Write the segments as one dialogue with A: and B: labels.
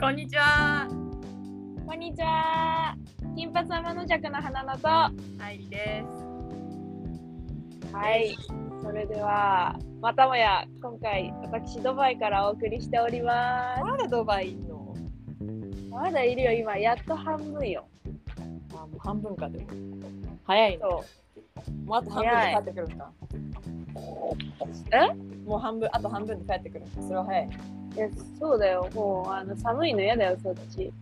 A: こんにちは。
B: こんにちは。金髪天の弱の花菜と。は
A: はいりです。
B: い。それでは、またもや、今回、私ドバイからお送りしておりま
A: まだドバイいんの？
B: す。まだいるよ、今、やっと半分よ。
A: あもう半分かでも。早いね。
B: そ
A: もうあと半分で帰ってくるんか。
B: え？
A: もう半分あと半分で帰ってくるんか。それは早い。
B: う。いや、そうだよ、もう、あの、寒いの嫌だよ、そっち。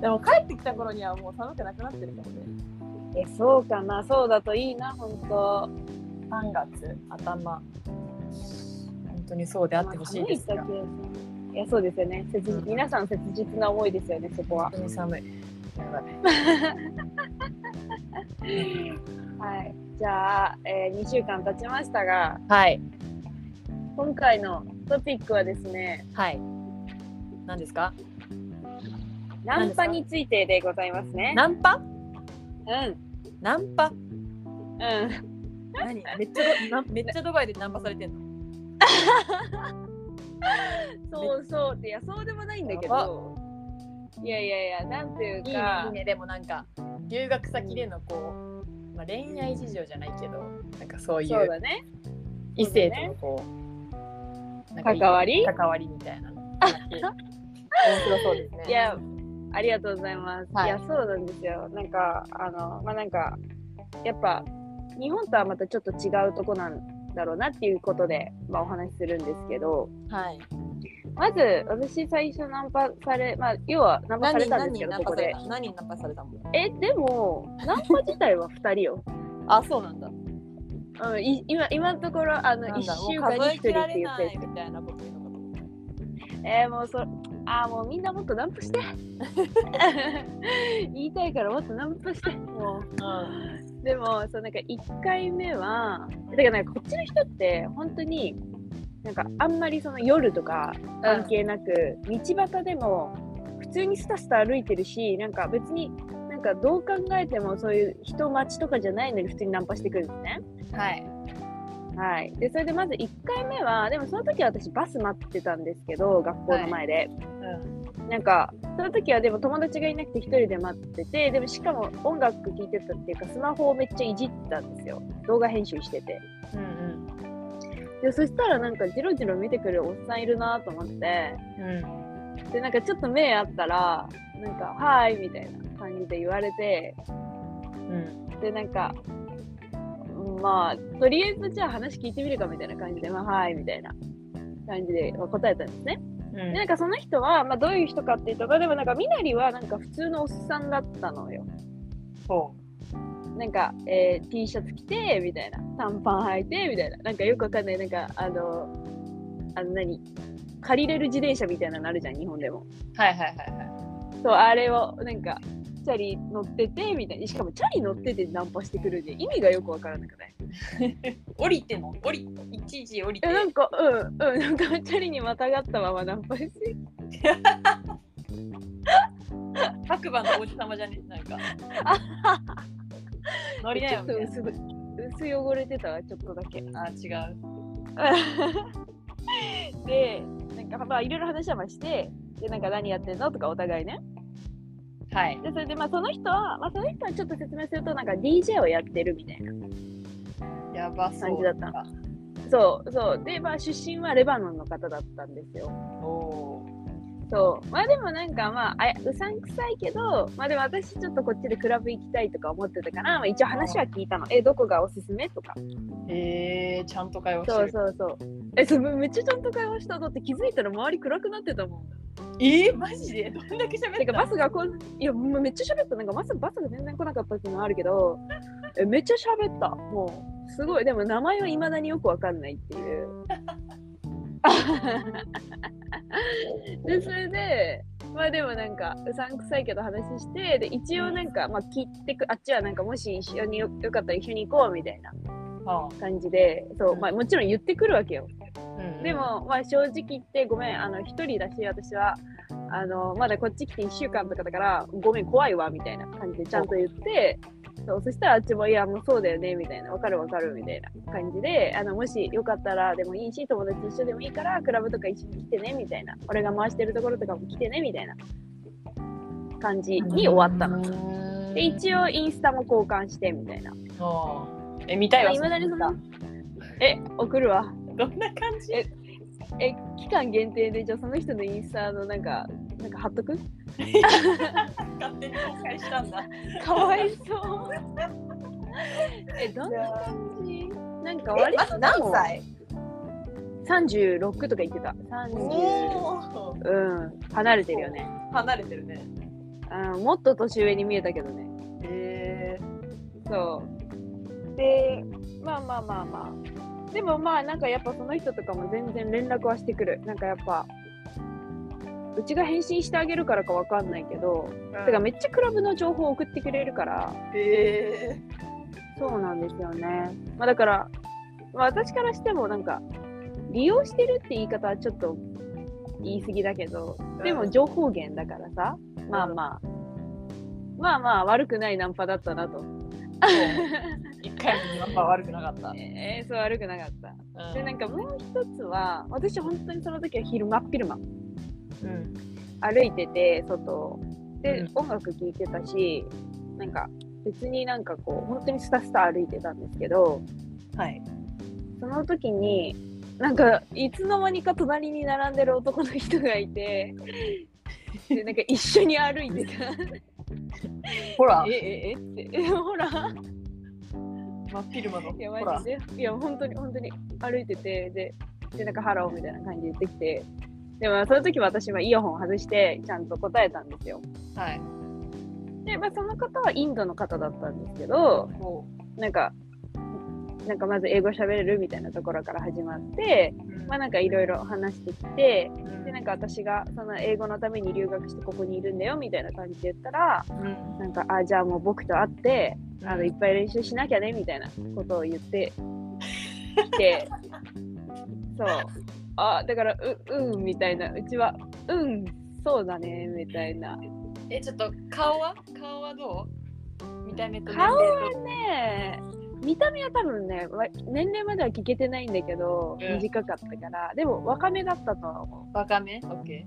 A: でも帰ってきた頃にはもう寒くなくなってるかもね。
B: え、そうかな、そうだといいな、ほんと。
A: 三月頭。本当にそうであってほしいです
B: ま
A: が
B: あ。寒い時いや、そうですよね。切実皆さん、切実な思いですよね、そこは
A: 本。当に寒い。やばい
B: はい。じゃあ、え2週間経ちましたが、
A: はい
B: 今回のトピックはですね、
A: はい。何ですか？
B: ナンパについてでございますね。
A: ナンパ？
B: うん。
A: ナンパ？
B: うん。
A: 何？めっちゃドナンめっちゃドバイでナンパされてんの？
B: そうそうって、いや、そうでもないんだけど。いやいやいや、なんていう
A: いいね
B: か。
A: いいねでもなんか留学先でのこう、まあ、恋愛事情じゃないけどなんかそうい
B: そう
A: う
B: だね。
A: 異性とのこうなんかい
B: 関
A: い
B: わり。
A: 関わりみたいなの面白そうですね
B: いや、ありがとうございます。
A: はい
B: い、や、そうなんですよ。なんか、あの、まあ、なんか。やっぱ。日本とはまたちょっと違うとこなんだろうなっていうことで、まあ、お話しするんですけど。
A: はい
B: まず、私最初ナンパされ、まあ、要はナンパさ
A: 何
B: れ
A: 人
B: たん
A: 何
B: ですけ
A: 人
B: ど、
A: ナン
B: ここ
A: パされ
B: で。
A: た何人ナンパされたもん
B: え、でも、ナンパ自体は二人よ。
A: あそうなんだ
B: うん、い今今のところあの
A: なん
B: 1
A: だも
B: 週
A: う
B: 間に
A: 数
B: 1人っ
A: え
B: て
A: 切られ
B: 言っ
A: な
B: て
A: いみたいなこと言うのかと思った
B: えー、もうそあーもうみんなもっとナンパ して言いたいからもっとナンパしても
A: うん
B: うでもそうなんか1回目はだからなんかこっちの人って本当になんかあんまりその夜とか関係なく、道端でも普通にスタスタ歩いてるしなんか別になんかどう考えてもそういう人待ちとかじゃないのに普通にナンパしてくるんですね。
A: はい
B: はい、でそれでまず1回目はでもその時は私バス待ってたんですけど学校の前で、
A: うん
B: なんかその時はでも友達がいなくて1人で待っててでもしかも音楽聴いてたっていうかスマホをめっちゃいじってたんですよ動画編集してて
A: うん
B: でそしたらなんかジロジロ見てくるおっさんいるなと思って
A: うん
B: でなんかちょっと目あったらなんか「はーい」みたいな感じで言われて
A: うん
B: でなんかうんまあとりあえずじゃあ話聞いてみるかみたいな感じで「まあ、はい」みたいな感じでまあ答えたんですね
A: うん
B: でなんかその人は、まあ、どういう人かっていうとまあでもなんかみなりはなんか普通のおっさんだったのよ
A: そ
B: なんか、えー T シャツ着てみたいな短パン履いてみたいななんかよくわかんないなんかあのあの何借りれる自転車みたいなのあるじゃん日本でも
A: うはいはいはいは
B: そうあれをなんかチャリ乗っててみたいなしかもチャリ乗っててナンパしてくるんで意味がよくわからなくない
A: い降りても降りいちいち降りて
B: えなんかうんうんなんかチャリにまたがったままナンパして
A: 白馬の王子様じゃね なんか。乗りな
B: ちょ
A: よ
B: っ
A: み
B: と
A: たい
B: 薄薄汚れてたわちょっとだけ
A: な。あ、違う。
B: でなんかまあいろいろ話はましてでなんか何やってんのとかお互いね
A: はい。
B: でそれでまあその人は、まあ、その人はちょっと説明するとなんか DJ をやってるみたいな
A: やばそう。
B: 感じだったそうそうでまあ出身はレバノンの方だったんですよ
A: おお
B: そうまあでもなんかまああやうさんくさいけどまあでも私ちょっとこっちでクラブ行きたいとか思ってたから、まあ、一応話は聞いたのえどこがおすすめとか
A: ー。へえー、ちゃんと会話して
B: そう
A: る。
B: そうそうえそうめっちゃちゃんと会話しただって気づいたら周り暗くなってたもん
A: えー、マジでどんだけ
B: な
A: 喋
B: ん
A: っ
B: か
A: た
B: バスがこんいやもうめっちゃ喋ったなんかバスバスが全然来なかったっていうのはあるけどえめっちゃ喋ったもうすごいでも名前はいまだによくわかんないっていうでそれでまあでもなんかうさんくさいけど話してで一応なんか、まあ、聞いてくあっちはなんかもし一緒によよかったら一緒に行こうみたいな
A: あ
B: 感じでそう、まあ、もちろん言ってくるわけよ
A: うん
B: で、も、まあ、正直言ってごめんあの一人だし私はあのまだこっち来て1週間とかだからごめん怖いわみたいな感じでちゃんと言ってそうそしたらあっちも「いやもうそうだよね」みたいな「わかるわかる」みたいな感じであのもしよかったらでもいいし友達一緒でもいいからクラブとか一緒に来てねみたいな俺が回してるところとかも来てねみたいな感じに終わったの。で一応インスタも交換してみたいな。
A: 応え見たいわ
B: いまだにそのえ送るわ。
A: どんな感じ
B: ええ期間限定でじゃあその人のインスタのなんかなんか貼っとく
A: 勝手に公開したんだ
B: かわいそう。 えどんな感じなんか割
A: えまず何歳
B: 36とか言ってた。30
A: おー
B: うん、離れてるよね。
A: 離れてるね
B: うん、もっと年上に見えたけどね。
A: え
B: そう。で、まあまあまあまあ。でもまあなんかやっぱその人とかも全然連絡はしてくる。なんかやっぱ、うちが返信してあげるからかわかんないけど、
A: ー、
B: だからめっちゃクラブの情報を送ってくれるから、
A: え
B: そうなんですよね。まあだから、まあ、私からしてもなんか、利用してるって言い方はちょっと言い過ぎだけど、でも情報源だからさ、まあまあ、まあまあ悪くないナンパだったなと。
A: ー、一回もナンパ悪くなかった、
B: えー、そう悪くなかった。
A: うん
B: で、なんかもう一つは、私本当にその時は昼間、真っ昼間、
A: うん
B: 歩いてて、外をで、
A: うん
B: 音楽聴いてたし、なんか別になんかこう、本当にスタスタ歩いてたんですけど、
A: はい
B: その時になんかいつの間にか隣に並んでる男の人がい てでなんか一緒に歩いてた
A: ほら
B: えええって ほら
A: 真っ昼間の
B: いや
A: ほら
B: マジでいや本当に本当に歩いててででなんかハローみたいな感じで言ってきてでもその時私はイヤホン外してちゃんと答えたんですよ
A: はい
B: で、まあ、その方はインドの方だったんですけど
A: も
B: なんかなんかまず英語喋れるみたいなところから始まって
A: う、うん
B: まあなんかいろいろ話してきて
A: うん
B: でなんか私がその英語のために留学してここにいるんだよみたいな感じで言ったら
A: うん
B: なんかあじゃあもう僕と会ってあのいっぱい練習しなきゃねみたいなことを言ってきてそうあだからううんみたいなうちはうんそうだねみたいなね
A: えちょっと顔は顔はどう見た目と
B: 顔
A: は
B: え見た目は多分ねわ年齢までは聞けてないんだけど
A: うん
B: 短かったからでも若めだったとは思う
A: 若めオッケ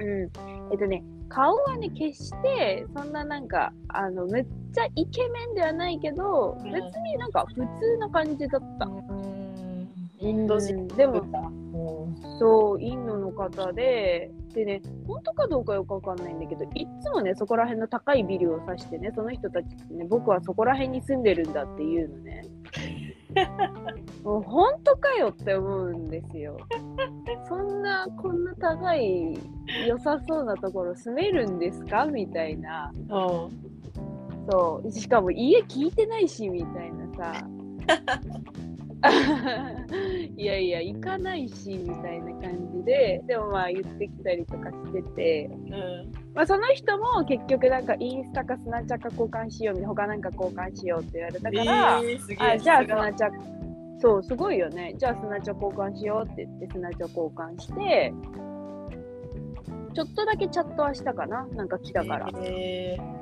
B: うん、えっとね顔はね決してそんななんかあのめっちゃイケメンではないけど、
A: うん
B: 別になんか普通な感じだった、
A: ーインド人
B: うんでも
A: も
B: そうインドの方ででね本当かどうかよくわかんないんだけどいっつもねそこら辺の高いビルを指してねその人たちってね僕はそこら辺に住んでるんだっていうのねもう本当かよって思うんですよそんなこんな高い良さそうなところ住めるんですかみたいな
A: うん
B: そうしかも家聞いてないしみたいな さいやいや行かないしみたいな感じででもまあ言ってきたりとかしてて、
A: うん
B: まあ、その人も結局なんかインスタかスナチャか交換しようみたいな他なんか交換しようって言われたから、
A: えーすげえ
B: あじゃあ
A: さ
B: ス
A: すが
B: ナチャそうすごいよねじゃあスナチャ交換しようって言ってスナチャ交換してちょっとだけチャットはしたかななんか来たから、
A: えー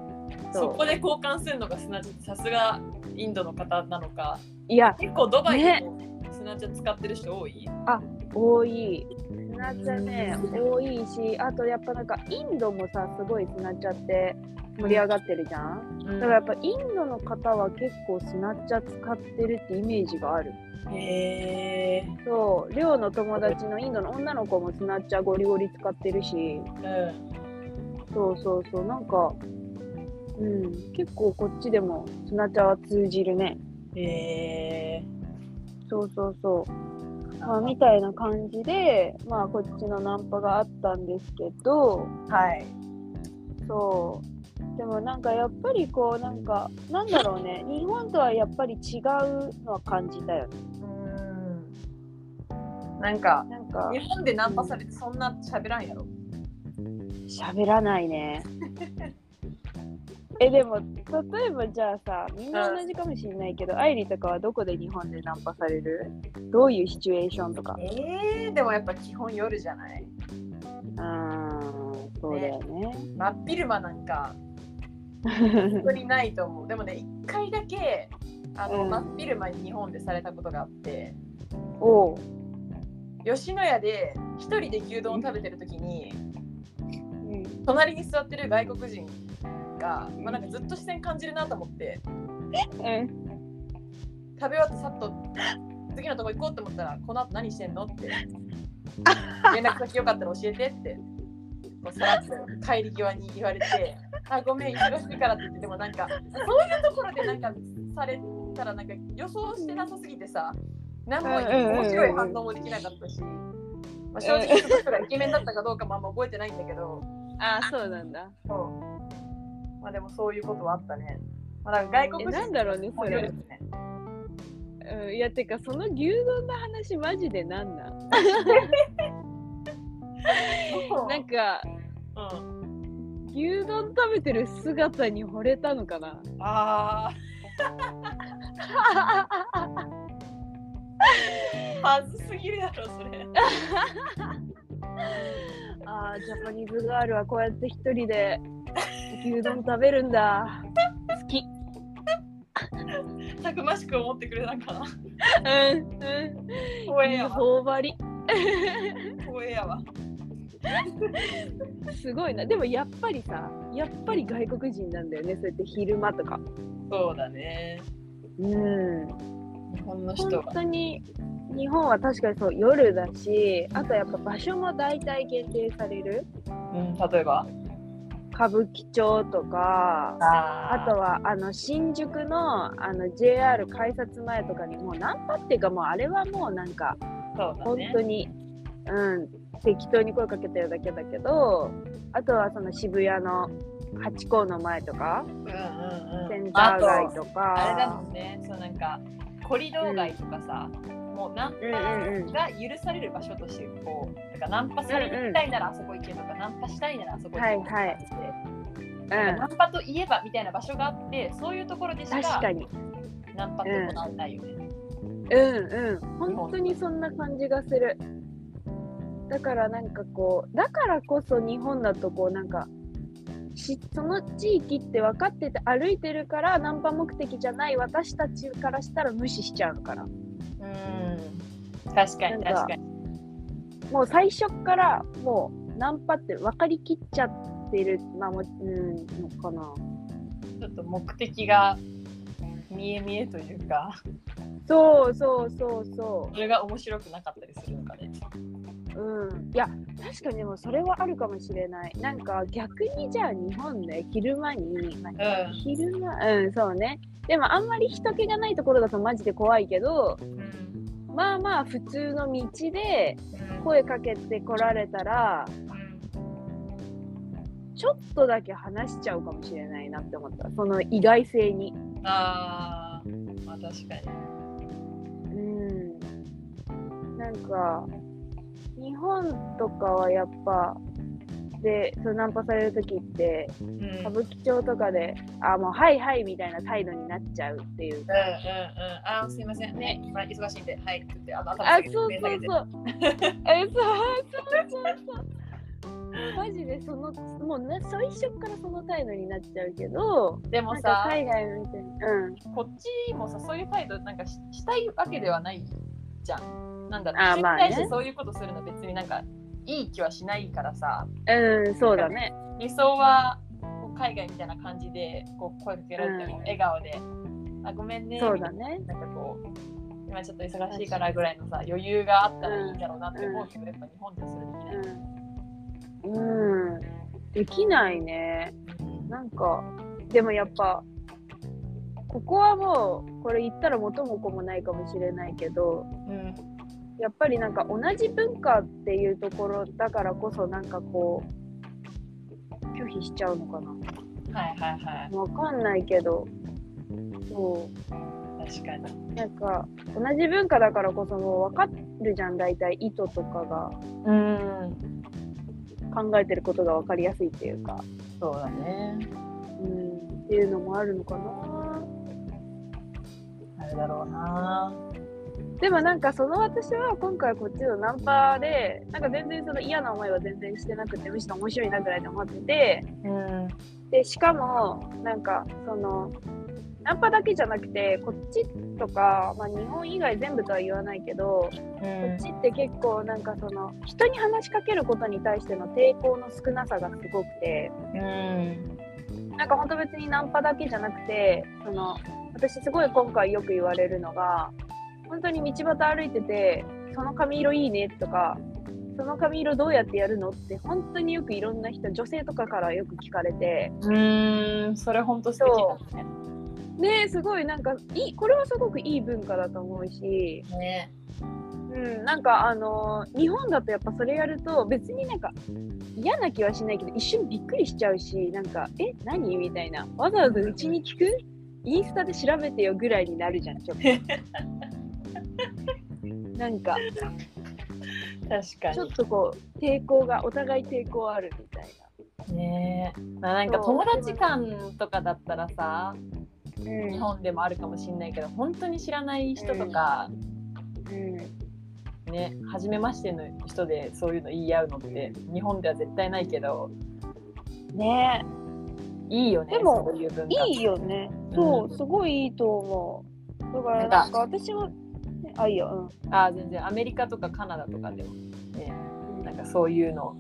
B: そう
A: そこで交換するのがすなわちさすがインドの方なのか
B: いや
A: 結構ドバイでもスナチャ使ってる人多い、
B: 多いスナチャね多いしあとやっぱなんかインドもさすごいスナチャって盛り上がってるじゃん、
A: うん
B: だからやっぱインドの方は結構スナチャ使ってるってイメージがある
A: へえ
B: そう寮の友達のインドの女の子もスナチャゴリゴリ使ってるし
A: うん
B: そうそうそうなんかうん結構こっちでもスナチャは通じるね
A: へえ
B: そうそうそう、まあ、みたいな感じでまあこっちのナンパがあったんですけど
A: はい
B: そうでもなんかやっぱりこうなんかなんだろうね日本とはやっぱり違うのは感じたよね
A: うんなんか
B: なんか
A: 日本でナンパされてそんな喋らんやろ
B: 喋らないねえでも例えばじゃあさみんな同じかもしれないけど愛理とかはどこで日本でナンパされるどういうシチュエーションとか
A: えー、でもやっぱ基本夜じゃない
B: あーそうだよね
A: 真っ昼間なんか本当にないと思うでもね1回だけあの、
B: うん
A: 真っ昼間に日本でされたことがあって
B: おう、
A: 吉野家で1人で牛丼を食べてる時に
B: うん、
A: 隣に座ってる外国人が、まあ、なんかずっと視線感じるなと思って
B: うん
A: 食べ終わってさっと次のとこ行こうと思ったらこの後何してんの って連絡先よかったら教えてってこうさらっと帰り際に言われてあごめん忙しいからって言ってでもなんかそういうところでなんかされたらなんか予想してなさすぎてさ何も面白い反応もできなかったし、まあ、正直その人がイケメンだったかどうかもあんま覚えてないんだけど。
B: あそうなんだ
A: そう。まあでもそういうことはあったね。まあ、だから外
B: え
A: 国人
B: なんだろうねそ
A: も
B: れ
A: 夜ですね。
B: うん、いやてかその牛丼の話マジでなんなん
A: そう
B: なんか
A: うん、
B: 牛丼食べてる姿に惚れたのかな
A: あ あ、はずすぎるだろ、それ。
B: あージャパニーズガールはこうやって一人で牛丼食べるんだ好き
A: たくましく思ってくれたんかな。
B: うんう
A: 光
B: ん
A: 栄
B: いい
A: やわ。
B: 頬張り
A: 光栄やわ。
B: すごいなでもやっぱりさやっぱり外国人なんだよねそうやって昼間とか
A: そうだね。
B: うん
A: 日本の人
B: 本
A: は。
B: 当に日本は確かにそう夜だしあとやっぱ場所も大体限定される
A: うん、例えば。
B: 歌舞伎町とかあ
A: あ
B: とはあの新宿のあの JR 改札前とかにもう何だっていうかもうあれはもうなんか
A: あと、そうだ
B: 本
A: ね
B: 当。に、うん、適当に声かけてるだけだけどあとはその渋谷のハチ公の前とか
A: うんうん
B: セ
A: うん
B: ン。
A: あ
B: ター
A: と、
B: 街と
A: あれだ
B: か
A: もんね。そう、なんか。コリドー街とかさ。もう、なん
B: うんうんうん
A: が許される場所としてこうだからナンパされに行きたいならあそこ行けとか、ナンパしたいならあそこ行けとか
B: はいはい
A: って、ナンパといえばみたいな場所があってそういうところでし
B: うん、確
A: か
B: かに
A: ナンパって行われないよね、
B: うんうん本当にそんな感じがするだからなんかこうだからこそ日本だとこうなんかしその地域って分かってて歩いてるからナンパ目的じゃない私たちからしたら無視しちゃうのかな
A: うん確かに
B: なんか
A: 確かに
B: もう最初からもうナンパって分かりきっちゃってるまあもうんのかな
A: ちょっと目的が見え見えというか
B: そうそうそうそ
A: それが面白くなかったりするのかね
B: ううんいや確かにでもそれはあるかもしれないなんか逆にじゃあ日本で昼間に、まあ
A: う
B: 昼間うんそうねでもあんまり人気がないところだとマジで怖いけど
A: ん、うん
B: まあまあ普通の道で声かけてこられたらちょっとだけ話しちゃうかもしれないなって思ったその意外性に
A: あーまあ確かに
B: うんなんか日本とかはやっぱでそのナンパされる時って
A: うんうんうん
B: 歌舞伎町とかで「あもうはいはい」みたいな態度になっちゃうっていう
A: うんあーすいませんね今忙しいんではいって言ってあの頭
B: あ
A: 下、げて
B: そう
A: 目
B: そ
A: 下
B: う
A: げて
B: そう。 え、そうそうそうそう。マジでそのもうな最初からその態度になっちゃうけど、
A: でも
B: なん
A: さ
B: か海外のみたいな。うん。
A: こっちもさそういう態度なんかししたいわけではないじゃん。なんだろう
B: あー
A: 人に
B: まあね
A: 対してそういうことするの別になんかいい気はしないからさ
B: うん、そうだね。
A: 理想はこう海外みたいな感じでこう声かけられても
B: うん
A: 笑顔で「あごめんね」
B: そうだね。
A: なんかこう今ちょっと忙しいからぐらいのさ余裕があったらいいんだろうなって思うけどやっぱ日本ではそれできない。
B: うん。うん。できないね。なんか、でもやっぱ、ここはもう、これ言ったら元も子もないかもしれないけど、
A: うん
B: やっぱりなんか同じ文化っていうところだからこそなんかこう拒否しちゃうのかな
A: はいはいはい
B: わかんないけどそ
A: 確かに。
B: うなんか同じ文化だからこそもう分かるじゃん大体意図とかが
A: うん
B: 考えてることが分かりやすいっていうか、
A: そうだね。
B: うん、っていうのもあるのかな
A: あれだろうな。
B: でもなんかその私は今回こっちのナンパでなんか全然その嫌な思いは全然してなくてむしろ面白いなぐらいで思ってて
A: うん
B: でしかもなんかそのナンパだけじゃなくてこっちとか、まあ、日本以外全部とは言わないけどこっちって結構なんかその人に話しかけることに対しての抵抗の少なさがすごくて
A: うん
B: なんか本当別にナンパだけじゃなくてその私すごい今回よく言われるのが本当に道端歩いてて「その髪色いいね」とか「その髪色どうやってやるの?」って本当によくいろんな人女性とかからよく聞かれて。
A: うん、それ本当素敵だね
B: ねえすごいなんかいいこれはすごくいい文化だと思うし、
A: ね。
B: うん、なんかあのー日本だとやっぱそれやると別になんか嫌な気はしないけど一瞬びっくりしちゃうしなんか「え何?」みたいなわざわざうちに聞くインスタで調べてよぐらいになるじゃん ちょっとなんか
A: 確か
B: ちょっとこう抵抗がお互い抵抗あるみたい
A: に。ねまあ、なんか
B: そう
A: 友達間とかだったらさ、
B: な、
A: 日本でもあるかもしれないけど、本当に知らない人とか、
B: うん
A: ね、初めましての人でそういうの言い合うのって、日本では絶対ないけど、
B: ね
A: いいよ
B: で
A: ね、
B: も
A: そういう文化。
B: えいいよね
A: うん
B: そうすごいいいと思うだから
A: な
B: なんんか私はねあいいようん
A: あー全然アメリカとかカナダとかでも、ね、なんかそういうの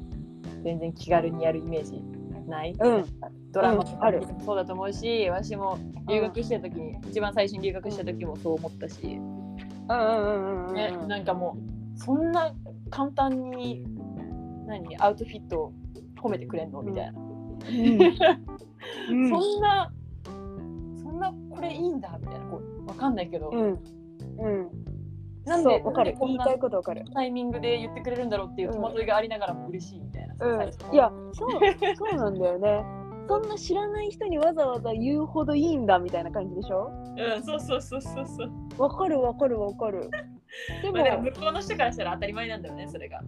A: 全然気軽にやるイメージない、
B: うん
A: ドラマと
B: うん
A: か
B: ある
A: もそうだと思うし、私も留学してる時に、一番最初に留学した時もそう思ったし、
B: うんうんうんうんうん
A: ね、なんかもうそんな簡単に何アウトフィット褒めてくれんのみたい
B: う
A: な、
B: ん
A: そんなそんなこれいいんだみたいなこうわかんないけど、
B: うんうん
A: なんで
B: そうわかる
A: なんでこ
B: 言
A: ん
B: い
A: な
B: たいことわかる
A: タイミングで言ってくれるんだろうっていう戸惑いがありながらも嬉しいみたいな、最初
B: うんいやそうそうなんだよねそんな知らない人にわざわざ言うほどいいんだみたいな感じでしょ
A: うん、そうそうそうそうそう。
B: わかるわかるわかるで
A: まあ、だから
B: も
A: 向こうの人からしたら当たり前なんだよね、それが。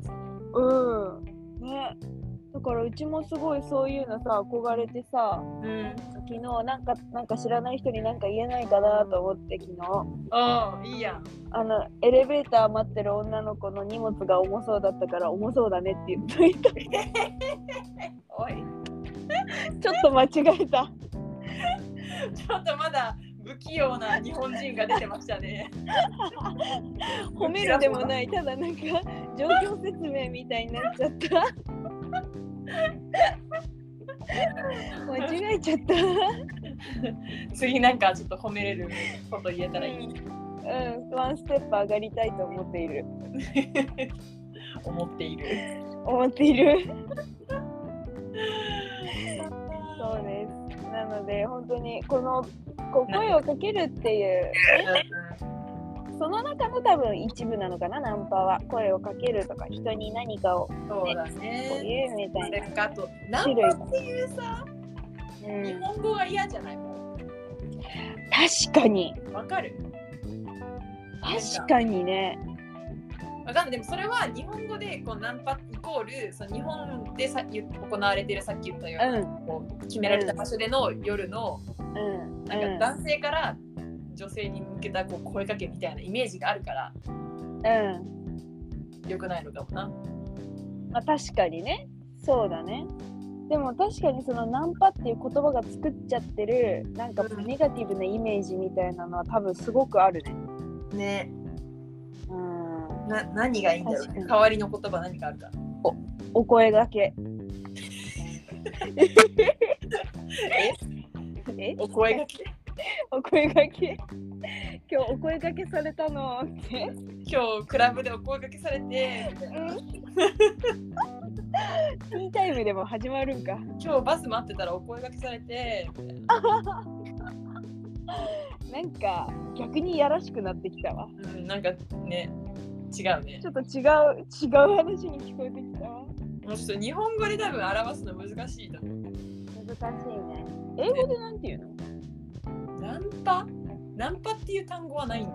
B: うんねだからうちもすごいそういうのさ憧れてさ
A: うん。
B: 昨日なんかなんか知らない人になんか言えないかなと思って昨日
A: ああ、いいやん。
B: あのエレベーター待ってる女の子の荷物が重そうだったから重そうだねって言っといた
A: おい、
B: ちょっと間違えた
A: ちょっとまだ不器用な日本人が出てましたね。
B: 褒めるでもないただなんか状況説明みたいになっちゃった 間違えちゃった
A: 次なんかちょっと褒めれること言えたらいい。
B: うんワンステップ上がりたいと思っている
A: 思っている。
B: 思っているそうですなので本当にこのこう声をかけるっていうその中の多分一部なのかなナンパは声をかけるとか人に何かを
A: そうだ
B: こう
A: ね。
B: 言うみたいな
A: なんかあと、ナ
B: 種
A: ン
B: 類
A: パっていうさ、
B: う
A: 日
B: ん
A: 本語は嫌じゃないも
B: 確かに
A: うわかる
B: 確かにね
A: わかんないでもそれは日本語でこうナンパイコールその日本でさ言行われてるさっき言ったよう
B: う
A: な、
B: ん
A: こう決められた場所での夜の
B: うん
A: なんか男性から女性に向けたこう声かけみたいなイメージがあるから
B: うん
A: 良くないのかもな。
B: まあ確かにねそうだねでも確かにそのナンパっていう言葉が作っちゃってるなんか
A: うん
B: ネガティブなイメージみたいなのは多分すごくあるね
A: ね
B: うん
A: な何がいいんだろう
B: 確かに
A: 代わりの言葉何かあるか。
B: お声が け え
A: お声がけ
B: お声がけ今日お声がけされたの って
A: 今日クラブでお声がけされて
B: ティータイムでも始まるんか
A: 今日バス待ってたらお声がけされて
B: なんか逆にやらしくなってきたわ
A: うんなんかね違うね
B: ち。ょっと違う違う話に聞こえてきたわ
A: もうちょっと日本語で多分表すの難しいと思う。
B: 難しいね英語でなんて言うの
A: ナンパナンパっていう単語はないの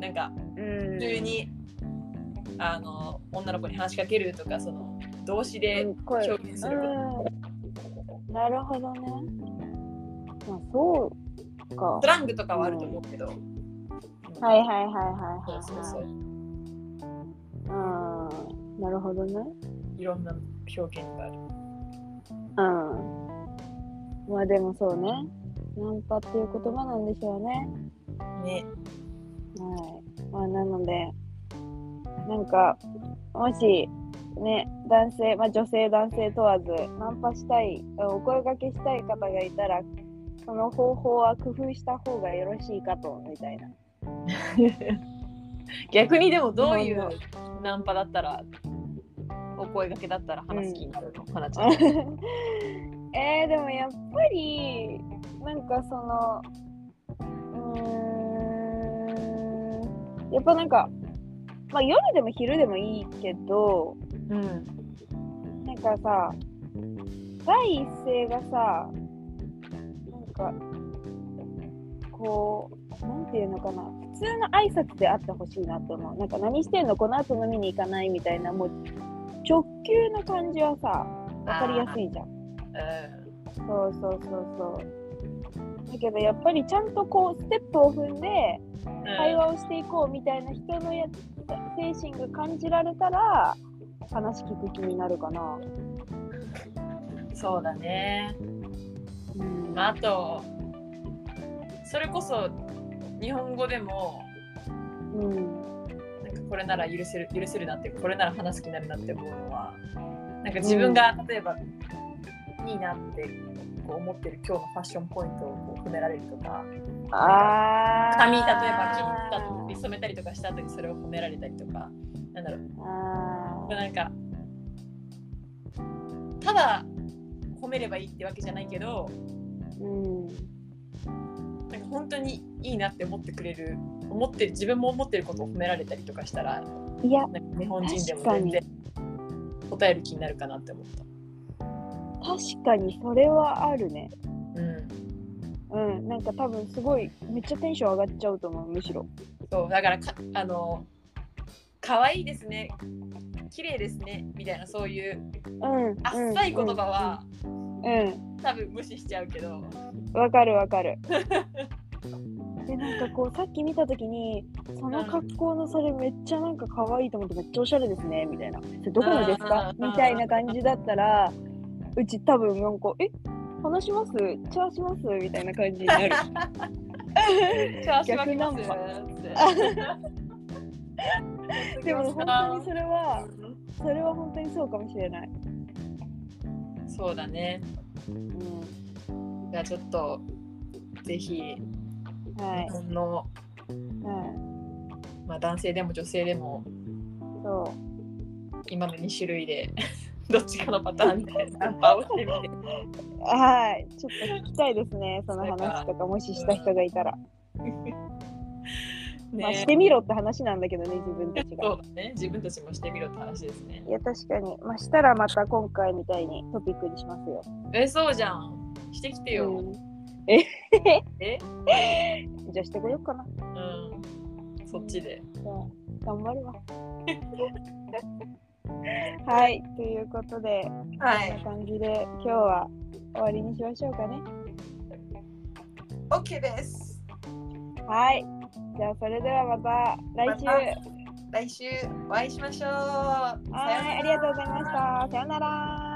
A: なんか
B: うん
A: 普通に、あの女の子に話しかけるとかその動詞で
B: 声
A: 表現すること、
B: うんなるほどねまあそうか
A: ストラングとかはあると思うけど、
B: はいはいはい
A: い
B: はい
A: そうそう
B: はい
A: そ
B: はいううんなるほどね
A: いろんな表現がある
B: うんまあでもそうね。ナンパっていう言葉なんでしょうね。
A: ね。
B: はい。まあ、なので、なんか、もし、ね、男性、まあ、女性、男性問わず、ナンパしたい、お声掛けしたい方がいたら、その方法は工夫した方がよろしいかと、みたいな。
A: 逆にでもどういうナンパだったらお声掛けだったら話す気になるの、かなちゃん。
B: えー、でもやっぱり、なんかその、うーん、やっぱなんか、まあ、夜でも昼でもいいけど、
A: うん。
B: なんかさ、第一声がさ、なんか、こう、なんていうのかな、普通の挨拶であってほしいなと思う。なんか、何してんのこの後飲みに行かないみたいな、もう、直球の感じはさ、わかりやすいじゃん。
A: う
B: そうそうそうそう。だけど、やっぱりちゃんとこう、ステップを踏んで、
A: ん。
B: 会話をしていこうみたいな人のや精神が感じられたら、話聞く気になるかな。
A: そうだね。
B: うん
A: まあ、あとそれこそ日本語でも
B: うん
A: なんかこれなら許せる許せるなってこれなら話す気になるなって思うのはなんか自分が例えば、いいなってこう思ってる今日のファッションポイントをこう褒められるとか
B: あー
A: 髪例えば切ったり染めたりとかした後にそれを褒められたりとかなんだろう
B: あー
A: なんかただ褒めればいいってわけじゃないけど
B: うん
A: なんか本当にいいなって思ってくれる思ってる自分も思ってることを褒められたりとかしたらなんか
B: いや
A: 日本人でも
B: 確か
A: 全
B: に
A: 然答える気になるかなって思っ
B: 確かにそれはあるね
A: た、うん、
B: うんなんか多分すごいめっちゃテンション上がっちゃうと思うむしろ
A: そうだからかあの可愛いですね綺麗ですねみたいなそういう
B: うん
A: あっさい言葉は、
B: うんうん
A: 多分無視しちゃうけど
B: わ、かるわか るでなんかこうさっき見た時にその格好のそれめっちゃなんか可愛いと思ってめっちゃおしゃれですねみたいなそれどこのですか
A: うん
B: みたいな感じだったらうち多分なんかえ話しますチャーしますみたいな感じになる
A: 調子悪います
B: 逆
A: って
B: でも本当にそれはそれは本当にそうかもしれない。
A: そうだね
B: うん、
A: じゃあちょっとぜひ
B: はい
A: 日、本の
B: はい、
A: まあ、男性でも女性でも
B: そ
A: 今の2種類で どっちかのパターンでナンパをしてみて
B: う。はい、ちょっと聞きたいですね、その話とか、もしした人がいたら。まあ、し
A: ね
B: てみろって話なんだけどね、自分たち
A: そ
B: が
A: う。だね自分たちもしてみろって話ですね
B: いや、確かに。まあ、したらまた今回みたいにトピックにしますよ。
A: えそうじゃんしてきてよ、
B: うん
A: え
B: じゃあしてこようかな。
A: うんそっちで
B: じゃあ頑張る わ。はい、ということで、
A: は
B: こんな感じで今日は終わりにしましょうかね。
A: OK です
B: はい。じゃあ、それではまた来週。
A: また来週お会いしましょう
B: はい、ありがとうございました。さようなら。